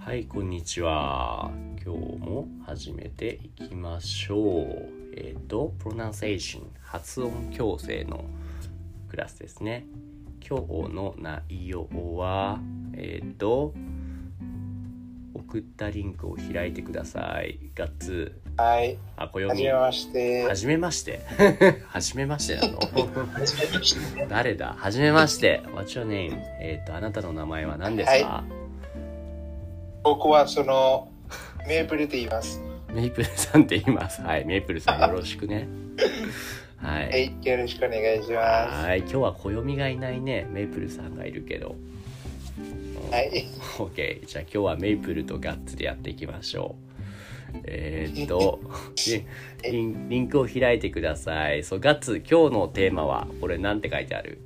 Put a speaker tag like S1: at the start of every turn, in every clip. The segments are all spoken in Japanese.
S1: はい、こんにちは。今日も始めていきましょう。えっ、と、プロナンセーション、発音矯正のクラスですね。今日の内容は、えっ、と、送ったリンクを開いてください。ガッツ、
S2: はい、
S1: あ、こよ
S2: はじ
S1: み。
S2: め
S1: は
S2: まして。
S1: じめまして。 はじめましてなの誰だはじめまして。What's your name? えっ、と、あなたの名前は何ですか、
S2: 僕はそのメープルと言います。
S1: メイプルさんって言います。はい、メイプルさんよろしく ね。は。
S2: はいい、よろしくお願いしま
S1: はい、今日は暦がいないね、メイプルさんがいるけど。
S2: す。はい、
S1: OK、じゃあ今日はメイプルとガッツでやっていきましょう。えーっ とリンリン、リンクを開いてください。そう、ガッツ、今日のテーマは、これなんて書いてある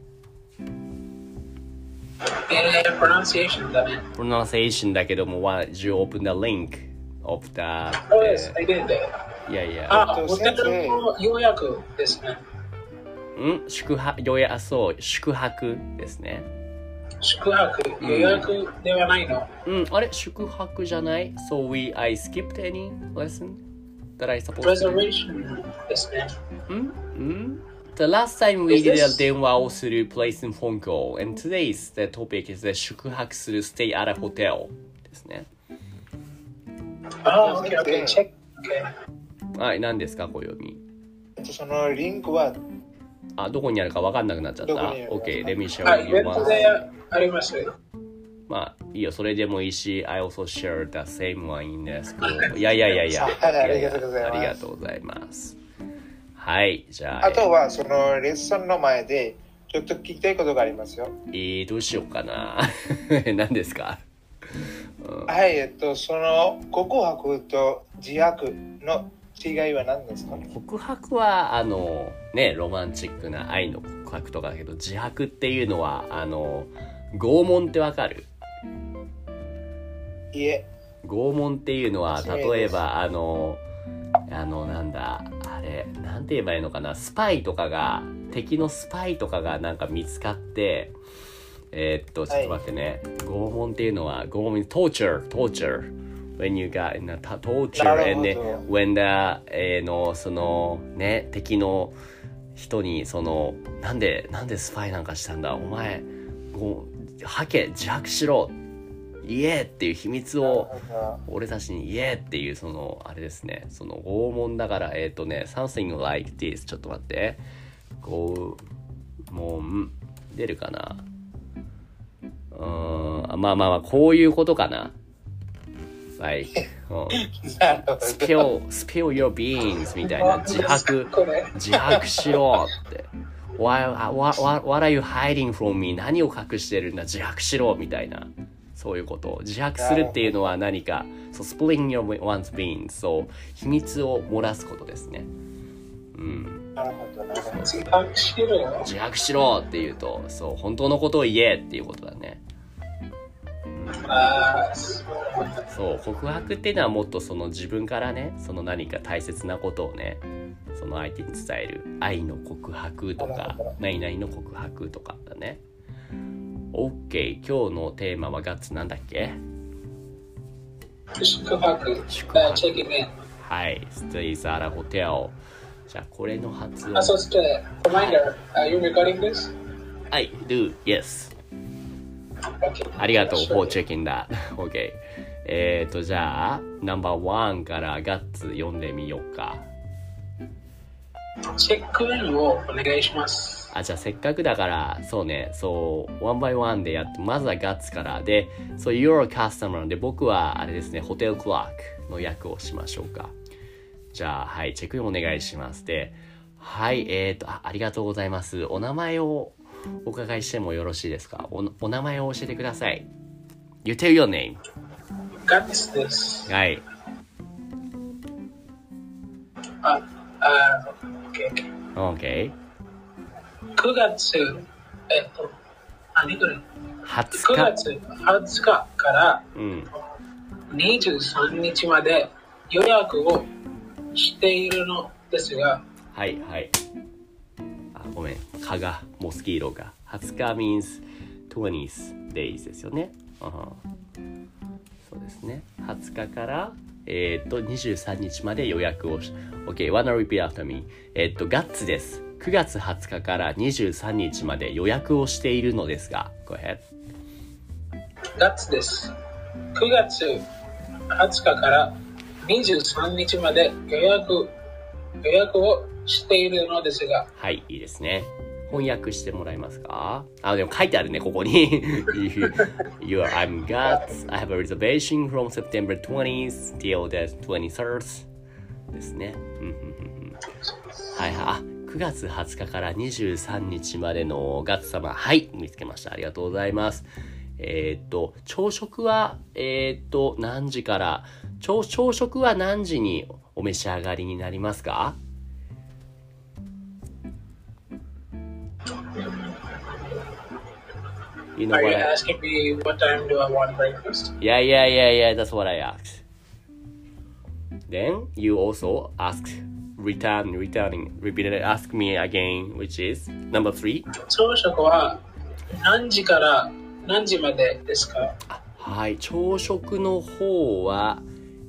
S3: pronunciations of it.
S1: プロナンセーションだけども、What you open the link of the...
S3: Oh, yes, I did that.
S1: いやいや。
S3: あ、
S2: えっと
S3: お二人もようやくですね。
S1: ん宿泊、よや、そう、宿泊ですね。
S3: 宿泊、予約ではないの。
S1: うん、あれ宿泊じゃない ?So we, I skipped any lesson that I supposed to
S3: reservation ですね。
S1: do? んん ?The last time we
S3: Is
S1: did
S3: this-
S1: a 電話をする place and phone call and today's the topic is the 宿泊する stay at a hotel ですね。
S3: あ、OK、OK、チェック。
S1: はい、何ですか、小読み。
S2: えっとそのリンクは
S1: あ、どこにあるか分かんなくなっちゃった。
S2: どこにあるか
S1: OK、let me show
S3: はい、
S1: you
S3: ウェブ
S1: once.
S3: であります。
S1: まあ、いいよ、それでもいいし、I also share the same one in the school. いやいやいやいや。
S2: はいありがとうございます
S1: ありがとうございます。はい、じゃあ、
S2: あとはそのレッスンの前でちょっと聞きたいことがありますよ。
S1: えー、どうしようかな。 何ですか
S2: はい、えっとその告白と自白の違いは何ですか？
S1: 告白は、あの、ね、ロマンチックな愛の告白とかだけど、自白っていうのは、あの、拷問ってわかる
S2: いえ、
S1: 拷問っていうのは、
S2: 知らない
S1: 例え
S2: です
S1: ば、あの、あの、なんだ、あれ、なんて言えばいいのかな、スパイとかが、敵のスパイとかがなんか見つかって、えーっと、ちょっと待ってね、拷問っていうのは、拷問、torture, torture. When you got in a t- torture
S2: な
S1: and
S2: る
S1: then
S2: ほど。
S1: when the えーのそのね敵の人にそのなんでなんでスパイなんかしたんだお前ごはけ自白しろ言えっていう秘密を俺たちに言えっていうそのあれですねその拷問だからえっ、とね something like this ちょっと待って拷問出るかなうーんまあまあまあこういうことかな like、うん
S2: なるほど。
S1: スピオ、スピオ your beans みたいな自白、
S3: これ。
S1: 自白しろって。Why, what, what, what are you hiding from me? 何を隠してるんだ自白しろみたいな。そういうこと。自白するっていうのは何か、そう、splitting your one's beans。そう、秘密を漏らすことですね。うん。
S2: なるほど。なるほど。
S3: 自白しろ。
S1: 自白しろっていうと、そう、本当のことを言えっていうことだね。
S3: あーそう
S1: そう告白っていうのはもっとその自分からねその何か大切なことをねその相手に伝える愛の告白と
S2: なる
S1: か
S2: ほど
S1: 何々の告白とかだね OK 今日のテーマはガッツなんだっけ
S3: 宿泊。
S1: 宿
S3: あチェッ
S1: 泊
S3: クイン。
S1: はいステイザーラホテルじゃあこれの発音
S3: あ、そして、reminder, are you recording this?
S1: はい do yes
S3: Okay.
S1: ありがとう for checking that OK えーとじゃあナンバーワンからガッツ読んでみようか
S3: チェックインをお願いします。
S1: あじゃあせっかくだからそうねそうワンバイワンでやってまずはガッツからでそう You're a customer で僕はあれですねホテルクラークの役をしましょうかじじゃあ、はい、チェックインお願いします。で、はい、えっ、とあ、ありがとうございます。お名前をお伺いしてもよろしいですかおお名前を教えてください。You tell your name.
S3: Got this this.
S1: はい。
S3: Uh, uh, okay, okay.
S1: OK。
S3: 9月、えっと、何ぐらい
S1: 20
S3: ?9
S1: 日。
S3: 月20日から
S1: うん。
S3: 23日まで予約をしているのですが、
S1: はいはい。あ、ごめん。蚊が、モスキーロが。20日 means 20 days ですよね。うんそうですね。20日から、えーっと、23日まで予約をし。OK, wanna repeat after me. えーっと、ガッツです。9月20日から23日まで予約をしているのですが、go ahead.
S3: ガッツです。9月20日から23日まで予約予約をしているのですが、
S1: はい、いいですね。翻訳してもらえますかあ、でも書いてあるね、ここに。you, you are, I'm Guts. I have a reservation from September 20th till the 23rd. ですね。うんうんうんうんはいはい。あ9月20日から23日までのガッツ様。はい、見つけました。ありがとうございます。えーっと、朝食は、えーっと、何時から朝、朝食は何時にお召し上がりになりますかいいの
S3: Are
S1: こ
S3: you
S1: れ。
S3: asking me what time do I want breakfast?
S1: Yeah, yeah, yeah, yeah. That's what I asked. Then you also asked return, returning, repeated. Ask me again, which is number three.
S3: 朝食は何時から何時までですか
S1: はい、朝食の方は、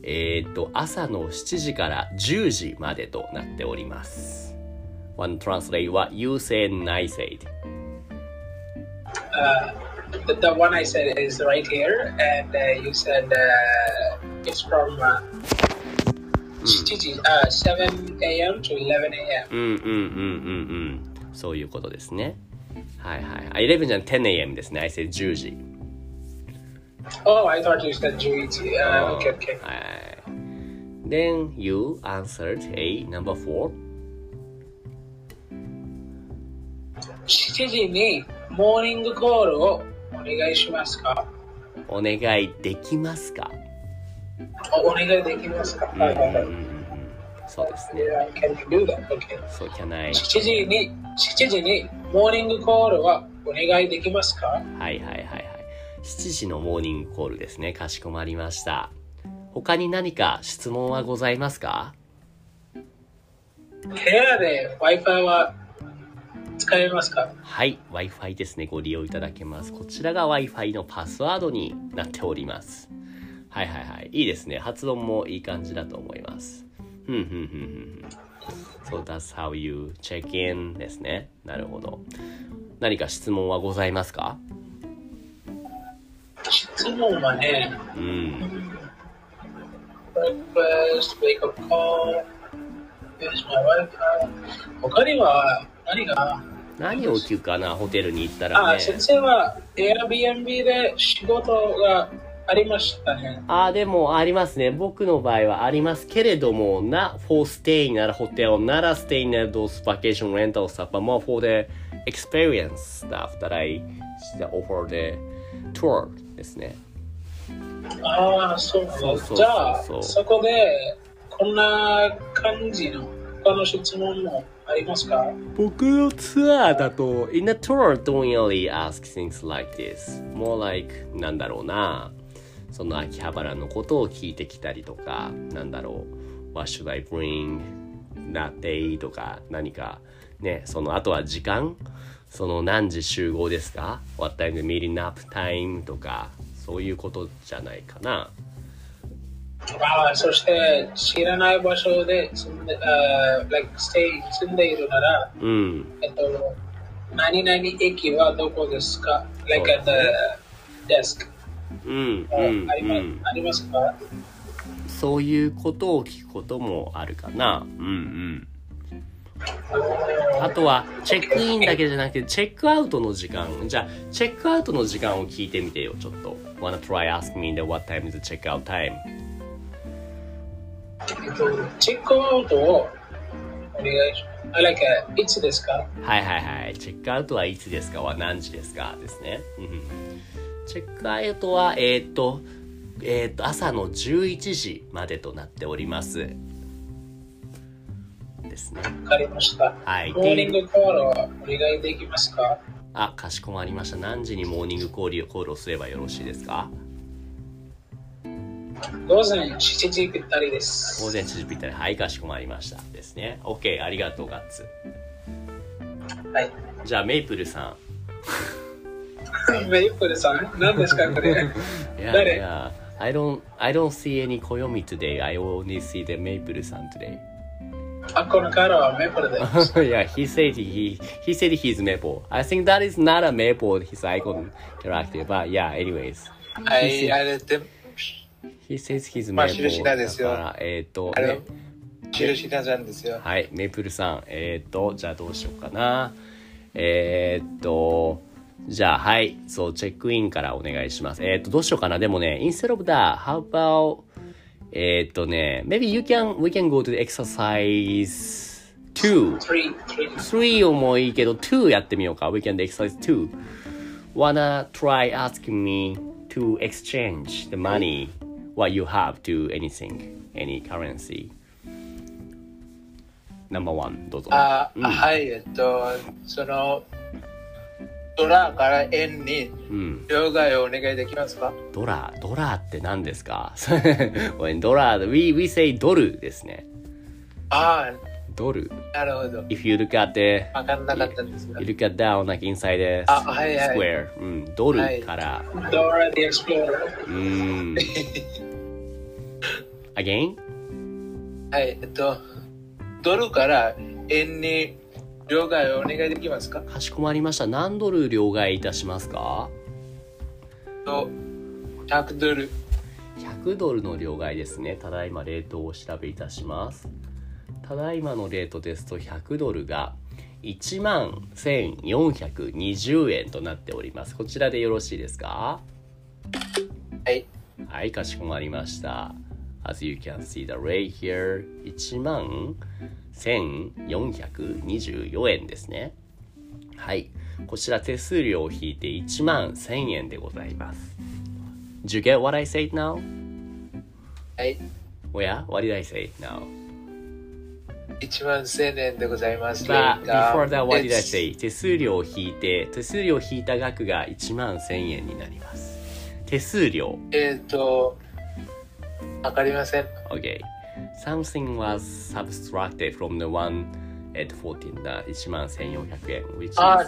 S1: えっ、と、朝の7時から10時までとなっております。One translate は You said and I said.
S3: The, the one I said is right here, and uh, you said uh, it's from uh, 7,時 uh, 7 a.m. to 11 a.m.
S1: うんうんうんうんうん。そういうことですね。はいはい。あ、11じゃん、10am ですね。I said 10時。
S3: Oh, I thought you said 11.
S1: Oh.
S3: Uh, okay, okay.
S1: はい。Then you answered A number four.
S3: 7時にモーニングコールをお願いしますか
S1: お願いできますか。
S3: おお願いできますか、はいはいはい
S1: うんうんうんそうですね。
S3: Yeah, Can you do that? Okay.
S1: So can I?
S3: 7時に、7時にモーニングコールはお願いできますか
S1: はいはいはいはい。7時のモーニングコールですね。かしこまりました。他に何か質問はございますか。
S3: 部屋で eh, Wi-Fi は使えますか
S1: はい、Wi-Fi ですね。ご利用いただけます。こちらが Wi-Fi のパスワードになっております。はいはいはい。いいですね。発音もいい感じだと思います。ふんふんふんふんふん。So that's how you check in ですね。なるほど。何か質問はございますか
S3: 質問はね、
S1: うん。
S3: Breakfast, wake up call, where's my Wi-Fi? 他には何が、
S1: 何を聞くかなホテルに行ったら
S3: あ、
S1: ね。
S3: 先生は Airbnb で仕事がありましたね。
S1: あーでもありますね。僕の場合はありますけれども、な、for staying なら hotel なら staying at those vacation rental stuff, but more for the experience stuff that I offer the tour ですね。
S3: ああ、そうなんだ
S1: そうそう
S3: じゃあ
S1: そうそう
S3: そこでこんな感じの他の質問もありますか
S1: 僕のツアーだと、in a tour don't really ask things like this. More like, なんだろうな。その秋葉原のことを聞いてきたりとか、なんだろう。What should I bring that day? とか、何か、ね、その、あとは時間その、何時集合ですか ?What time the meeting up time? とか、そういうことじゃないかな。
S3: ああ、そして知らない場所で住んで、あー like stay 住んでいるなら、
S1: うん。
S3: えっと、何々駅はどこですか ?like at the desk、
S1: うん、う
S3: あ
S1: ん、
S3: ありま
S1: うん。
S3: ありますか
S1: そういうことを聞くこともあるかな。うん、うん。あとは、チェックインだけじゃなくて、チェックアウトの時間。じゃあ、チェックアウトの時間を聞いてみてよ、ちょっと。Wanna try ask me the what time is the check out time?
S3: えっと、チェックアウトをお願いします。あ、なんか、いつですか
S1: はいはいはい。チェックアウトはいつですかは何時ですかですね。うんチェックアウトは、えーっと、えーっと、朝の11時までとなっております。ですね。
S3: わかりました。
S1: はい。
S3: モーニングコールをお願いできますか
S1: あ、かしこまりました。何時にモーニングコールコールをすればよろしいですか
S3: 午前7時ぴったりです。
S1: 午前7時ぴったり。はい、かしこまりました。ですね。OK、ありがとう、ガッツ。
S3: はい。
S1: じゃあ、メイプルさ
S3: メイプルさん、何ですかこ れ。
S1: ん。いや
S3: 誰
S1: いや、I don't, I don't see any Koyomi today. I only see the メイプルさん today.
S3: あ、このカラーはメイプルで。
S1: yeah, he said he he said he's maple. I think that is not a maple his icon character, but yeah, anyways.
S2: あいあれって、
S1: He says he's
S2: まあ
S1: maple.
S2: 印なんですよ
S1: だからえっ、と、
S2: あれ
S1: ね、
S2: 印なんですよ。
S1: はい、メイプルさん、えっ、と、じゃあどうしようかな。えっ、と、じゃあはい、そう、チェックインからお願いします。えっ、と、どうしようかな。でもね、instead of that, how about えっ、とね、maybe you can, we can go to the exercise two.
S3: 3、3。
S1: 3もいいけど2やってみようか Weekend Exercise 2 Wanna try asking me to exchange the money what you have to anything any currency Number one どうぞ
S2: あ、
S1: うん
S2: はい、えっと、その、ドラから円に
S1: うん、
S2: 両替をお願いできますか
S1: ドラドラって何ですか When ドラ we, we say ドルですね
S2: あ
S1: ドル
S2: あ、なるほど。
S1: If you look at the
S2: わかんなかったんですが
S1: you。look at down like inside the
S2: あはいはい
S1: square、うん、ドルから、
S3: ドラ・ディ・エクスプローラー。
S1: うん Again?
S2: はい、えっと、ドルから円に両替をお願いできますか
S1: かしこまりました。何ドル両替いたしますか
S2: と、100ドル。
S1: ?100 ドルの両替ですね。ただいまレートをお調べいたします。ただいまのレートですと100ドルが1万1420円となっております。こちらでよろしいですか
S2: はい。
S1: はい、かしこまりました。As you can see the rate here, 1万1424円ですね。はい、こちら手数料を引いて1万1000円でございます。Did you get what I said now?
S2: はい。
S1: おや What did I say now?
S2: 1万1000円でございます。
S1: But before that, what did I
S2: It's-
S1: say? 手数料を引いて、手数料を引いた額が1万1000円になります。手数料。
S2: えっと、わかりません。
S1: Okay. Something was subtracted from the one at 14, the 11,400円 which is...
S2: あ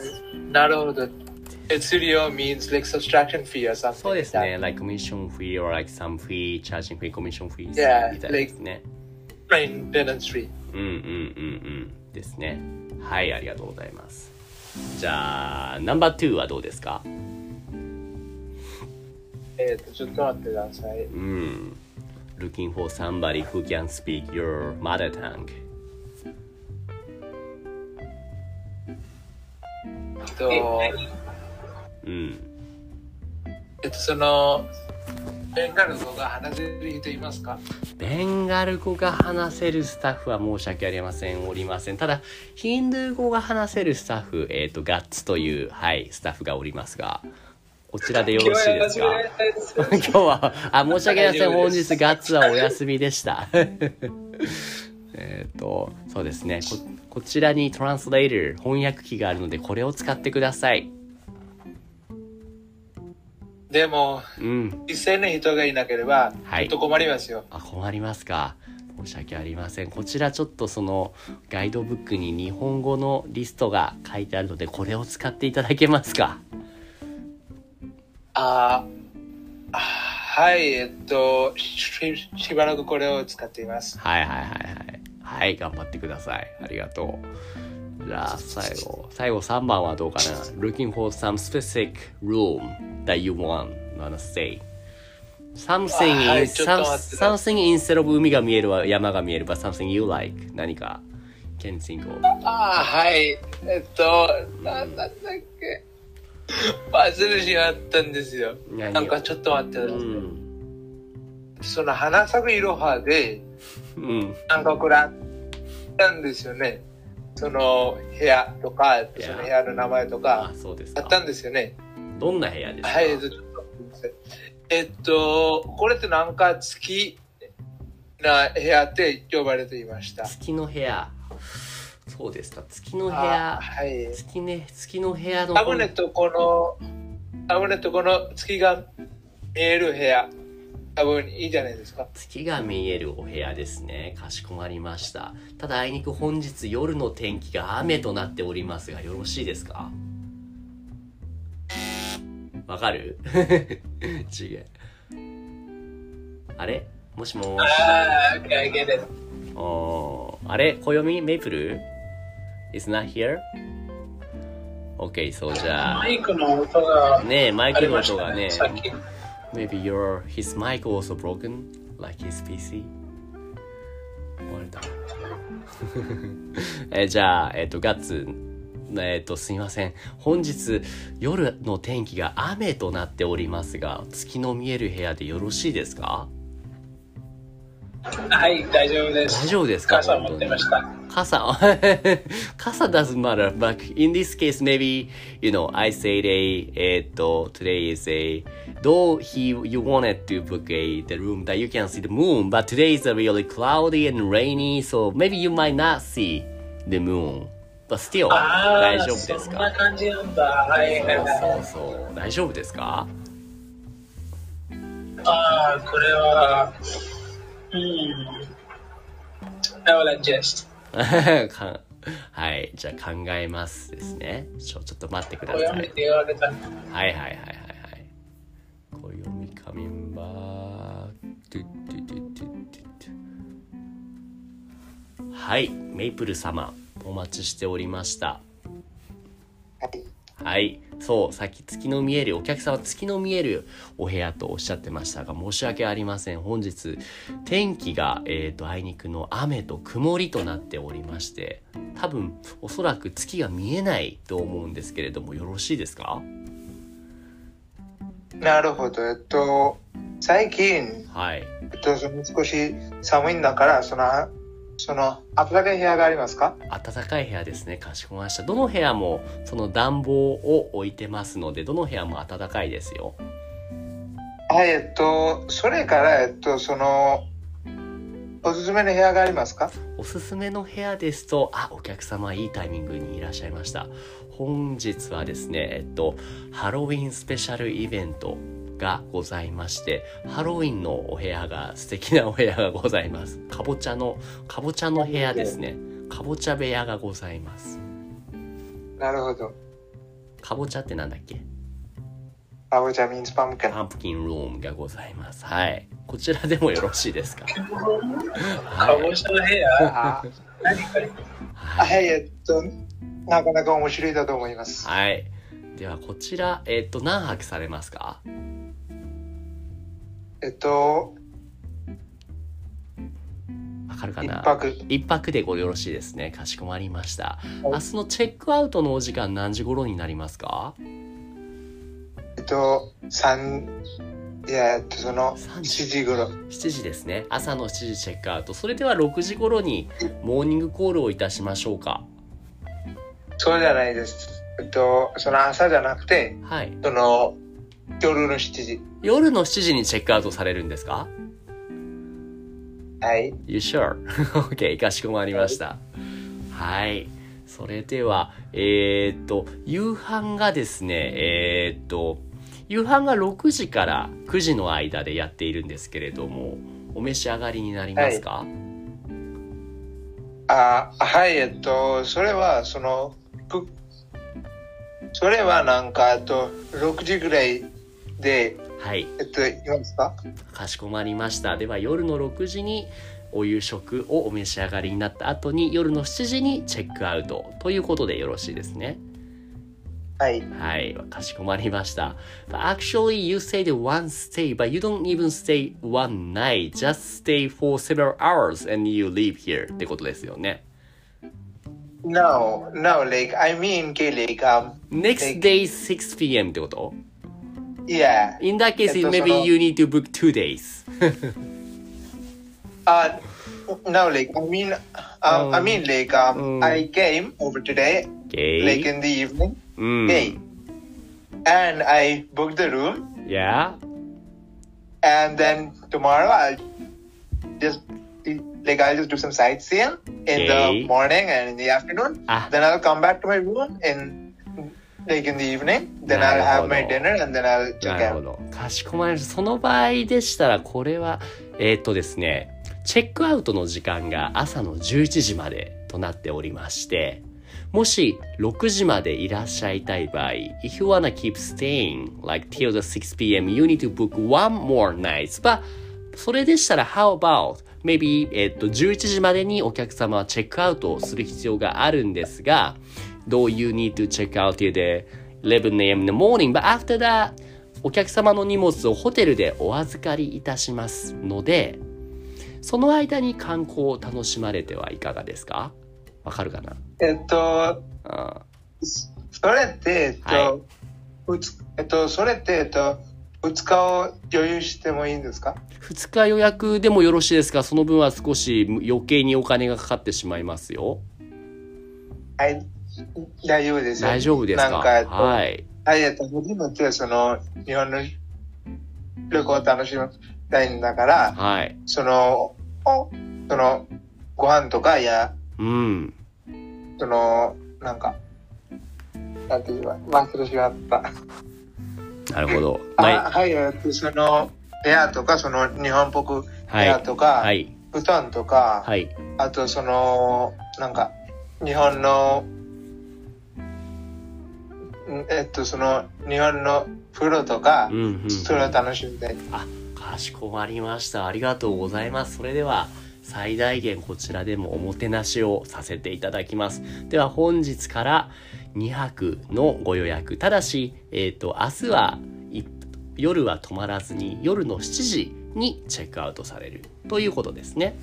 S2: なるほど。手料 means like subtraction fee or something.
S1: そうですね。like commission fee or like some fee, charging fee, commission fee み
S2: Yeah,
S1: たいですね。
S2: Maintenance fee.
S1: うんうんうんうん。ですね。はい、ありがとうございます。じゃあ、ナンバー2はどうですか
S2: えっと、ちょっと待ってください。
S1: うん。Looking for somebody who can speak your mother tongue.
S2: えっと、
S1: うん。
S2: えっと、その、ベンガル語が話せる人いますか
S1: ベンガル語が話せるスタッフは申し訳ありません。おりません。ただ、ヒンドゥー語が話せるスタッフ、えっ、と、ガッツという、はい、スタッフがおりますが、こちらでよろしいですか今日は、あ、申し訳ありません。
S2: 大丈夫
S1: 本
S2: です
S1: 日ガッツはお休みでした。 えっと、そうですね。こ、こちらにトランスレイター、翻訳機があるので、これを使ってください。
S2: でも、
S1: うん。
S2: 実際の人がいなければ、
S1: はい
S2: ちょっと困りますよ。
S1: あ、困りますか。申し訳ありません。こちらちょっとそのガイドブックに日本語のリストが書いてあるので、これを使っていただけますか。
S2: ああ、はい、えっと、ししばらくこれを使っています。
S1: はいはいはいはい。はい、頑張ってください。ありがとう。じゃあ、最後。最後3番はどうかな ?Looking for some specific room that you want, wanna stay. Something,
S2: あは
S1: in,
S2: いちょっと
S1: some,
S2: 待ってくだ
S1: something instead of 海が見えるわ、山が見える but something you like. 何か can think of.
S2: ああ、はい、えっと、なんなんだっけ。バズるしあったんですよ。
S1: 何を
S2: なんかちょっと待ってくだ
S1: う
S2: さい。
S1: ん。
S2: その花咲くいろはで、
S1: うん。
S2: 韓国らなんですよね。その部屋とか、
S1: 部屋
S2: その部屋の名前とか
S1: あ、、そうです
S2: あ
S1: か
S2: っ。たんですよね。
S1: どんな部屋ですか
S2: はい、えっと、えっと、これってなんか月な部屋って呼ばれていました。
S1: 月の部屋。そうですか。月の部
S2: あ
S1: 屋。
S2: はい。
S1: 月ね、月の部屋の
S2: タブネットこの、タブネットこの月が見える部屋、多分いいじゃないですか。
S1: 月が見えるお部屋ですね。かしこまりました。ただあいにく本日夜の天気が雨となっておりますが、よろしいですかわかる 違う。あれもしもーし。
S3: Ah, okay, I get it.
S1: おーあれ暦メイプル ?is not here?Okay, そうじゃあ。
S3: マイクの音が
S1: ねえ、マイ
S3: あ
S1: ク
S3: り
S1: の
S3: まし
S1: 音
S3: た
S1: が
S3: ね、
S1: ね。
S3: さっき。
S1: Maybe your his mic also broken, like his PC. 壊れた。 えじゃあ、えっ、と、ガッツ、えっ、と、すいません。本日、夜の天気が雨となっておりますが、月の見える部屋でよろしいですか
S3: はい、大丈夫です。
S1: 大丈夫ですか
S3: 傘持ってました。
S1: Casa. Casa doesn't matter, but in this case, maybe you know, I said a it today is a though he you wanted to book a the room that you can see the moon, but today is a really cloudy and rainy, so maybe you might not see the moon, but still
S3: あ
S1: 大
S3: あ
S1: 丈夫です
S3: そん
S1: か
S3: な？感じなんだ。はいはいはい。
S1: そうそう大丈夫ですか？
S3: ああ、これは、うん。I will adjust.
S1: かはいじゃあ考えますですね。ちょちょっと待ってくださ
S3: 暦っ
S1: い
S3: て。言われた。
S1: はいはいはいはいはい。暦カミンバー。トゥットゥットゥットゥットゥットゥはい、メイプル様、お待ちしておりました。はい、そう、さっき月の見える、お客様月の見えるお部屋とおっしゃってましたが、申し訳ありません。本日、天気が、えっ、と、あいにくの雨と曇りとなっておりまして、多分、おそらく月が見えないと思うんですけれども、よろしいですか
S2: なるほど。えっと、最近、
S1: はい。
S2: えっと、その少し寒いんだから、その、その、暖かい部屋がありますか
S1: 暖かい部屋ですね。かしこまりました。どの部屋もその暖房を置いてますので、どの部屋も暖かいですよ。
S2: はい、えっと、それから、えっと、その、おすすめの部屋がありますか
S1: おすすめの部屋ですと、あ、お客様いいタイミングにいらっしゃいました。本日はですね、えっと、ハロウィンスペシャルイベントがございまして、ハロウィンのお部屋が素敵なお部屋がございます。かぼちゃの、かぼちゃの部屋ですね。かぼちゃ部屋がございます。
S2: なるほど。
S1: かぼちゃってなんだっけ
S2: アボジャミンスパムケン。
S1: パンプキンルームがございます。はい。こちらでもよろしいですか。
S3: か
S1: は
S3: ぼ
S1: い。
S3: ちゃの部屋
S2: あ
S3: 何これ
S1: は。
S2: はいい、えっと、なかなか面白いだと思います。
S1: はい。では、こちら、えっと、何泊されますか
S2: えっと、
S1: わかるか
S2: 一
S1: な
S2: 泊。
S1: 一泊でごよろしいですね。かしこまりました。明日のチェックアウトのお時間何時頃になりますか
S2: えっと、三、いや、えっと、その、
S1: 三時
S2: 7時頃。
S1: ?7 時ですね。朝の7時チェックアウト。それでは6時頃にモーニングコールをいたしましょうか。
S2: そうじゃないです。えっと、その朝じゃなくて、
S1: はい。
S2: その、夜の7時。
S1: 夜の7時にチェックアウトされるんですか
S2: はい。
S1: You sure? OK, かしこまりました。はい。それでは、えーっと、夕飯がですね、えーっと、夕飯が6時から9時の間でやっているんですけれども、お召し上がりになりますか、
S2: あはいえっとそれはそのくそれはなんかあと6時ぐらいで
S1: はい。
S2: えっといますか
S1: かしこまりました。では、夜の6時にお夕食をお召し上がりになった後に、夜の7時にチェックアウトということでよろしいですね。
S2: はい
S1: はい、かしこまりました。But actually, you said one stay, but you don't even stay one night. Just stay for several hours and you leave here ってことですよね。
S2: No no like I mean K like um
S1: Next day 6 p.m. ってこと
S2: yeah
S1: ?In that case,
S2: えっとそ
S1: maybe
S2: の
S1: you need to book two days.
S2: あ No, uh, like I mean, um, I
S1: Um,
S2: mean, like um,
S1: um.
S2: I came over today,
S1: Okay.
S2: like in the evening,
S1: mm.
S2: day, and I booked the room,
S1: Yeah.
S2: and then tomorrow I'll just like I'll just do some sightseeing in
S1: Okay.
S2: the morning and in the afternoon.
S1: Ah.
S2: Then I'll come back to my room in like in the evening. Then I'll have my
S1: Naruhodo.
S2: dinner, and then I'll check
S1: なるほ
S2: out.
S1: ど。かしこまりました。その場合でしたら、これは、えーっとですね、チェックアウトの時間が朝の11時までとなっておりまして、もし6時までいらっしゃいたい場合、if you wanna keep staying like till the 6pm, you need to book one more night. But それでしたら、how about maybe、えっと、11時までにお客様はチェックアウトをする必要があるんですが、though you need to check out till the 11am in the morning, but after that, お客様の荷物をホテルでお預かりいたしますので、その間に観光を楽しまれてはいかがですかわかるかな
S2: Eto,
S1: あ
S2: それって、えっと、
S1: は
S2: うつ、えっと、それって、えっと、2日を余裕してもいいんですか
S1: 2日予約でもよろしいですかその分は少し余計にお金がかかってしまいますよ。
S2: はい。大丈夫ですよ。
S1: 大丈夫ですか
S2: なんか、えっと、は
S1: はい。
S2: い、えっと、初めて、その、日本の旅行を楽しみたいんだから、
S1: はい。
S2: その、おその、ご飯とか、いや、
S1: うん。
S2: その、なんか、なんて言えば、忘れしまった。
S1: なるほど。
S2: あ
S1: は
S2: はい、えっと、その、部屋とか、その、日本っぽく
S1: い。
S2: 部
S1: は
S2: 屋
S1: い。
S2: とか、
S1: はい。
S2: 布団とか、
S1: はい。
S2: あとそのなんか日本のんえっとその日本の風呂とか
S1: うん、うん。
S2: それを楽しんで、
S1: かしこまりました。ありがとうございます。それでは、最大限こちらでもおもてなしをさせていただきます。では、本日から2泊のご予約。ただし、えっ、と、明日はい夜は泊まらずに、夜の7時にチェックアウトされるということですね。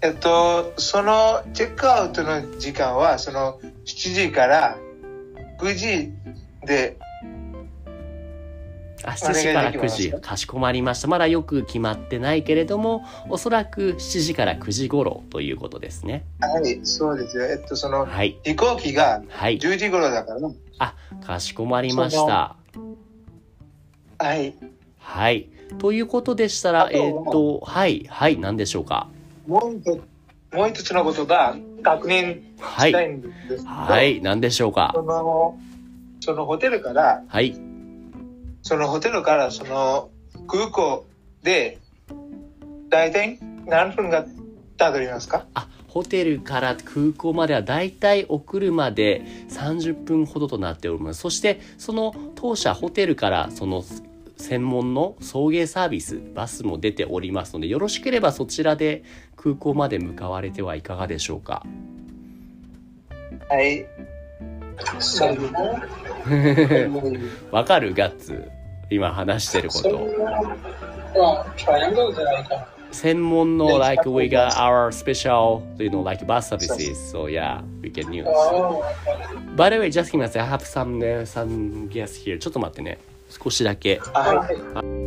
S2: えっとそのチェックアウトの時間はその7時から9時で
S1: あ7時から9
S2: お願いでき
S1: 時
S2: ます
S1: かしこまりましたまだよく決まってないけれどもおそらく7時から9時頃ということですね
S2: はいそうですよえっとその
S1: はい
S2: 飛行機が
S1: はい
S2: 10時頃だから
S1: かしこまりました
S2: はい
S1: はいということでしたら
S2: あと
S1: えっ、とはいはい何でしょうか
S2: もう一つもう一つのことが確認
S1: は
S2: した
S1: い
S2: いんですけど、
S1: はい何でしょうか
S2: そのそのホテルから
S1: はい
S2: そのホテルからその空港で大体何分がたどりますか
S1: あホテルから空港まではだいたいお車で30分ほどとなっておりますそしてその当社ホテルからその専門の送迎サービスバスも出ておりますのでよろしければそちらで空港まで向かわれてはいかがでしょうか
S2: はい。
S3: そうですね
S1: わかるガッツ今話してるこ
S3: それ
S1: と
S3: はトライアングルじゃないか。
S1: 専門の
S2: ね
S1: like we got our special you know like bus services so yeah we can use
S3: あ
S1: by the way just give me a second I have some, uh, some guests here ちょっと待ってね少しだけ
S3: あ、
S2: はい
S3: はい。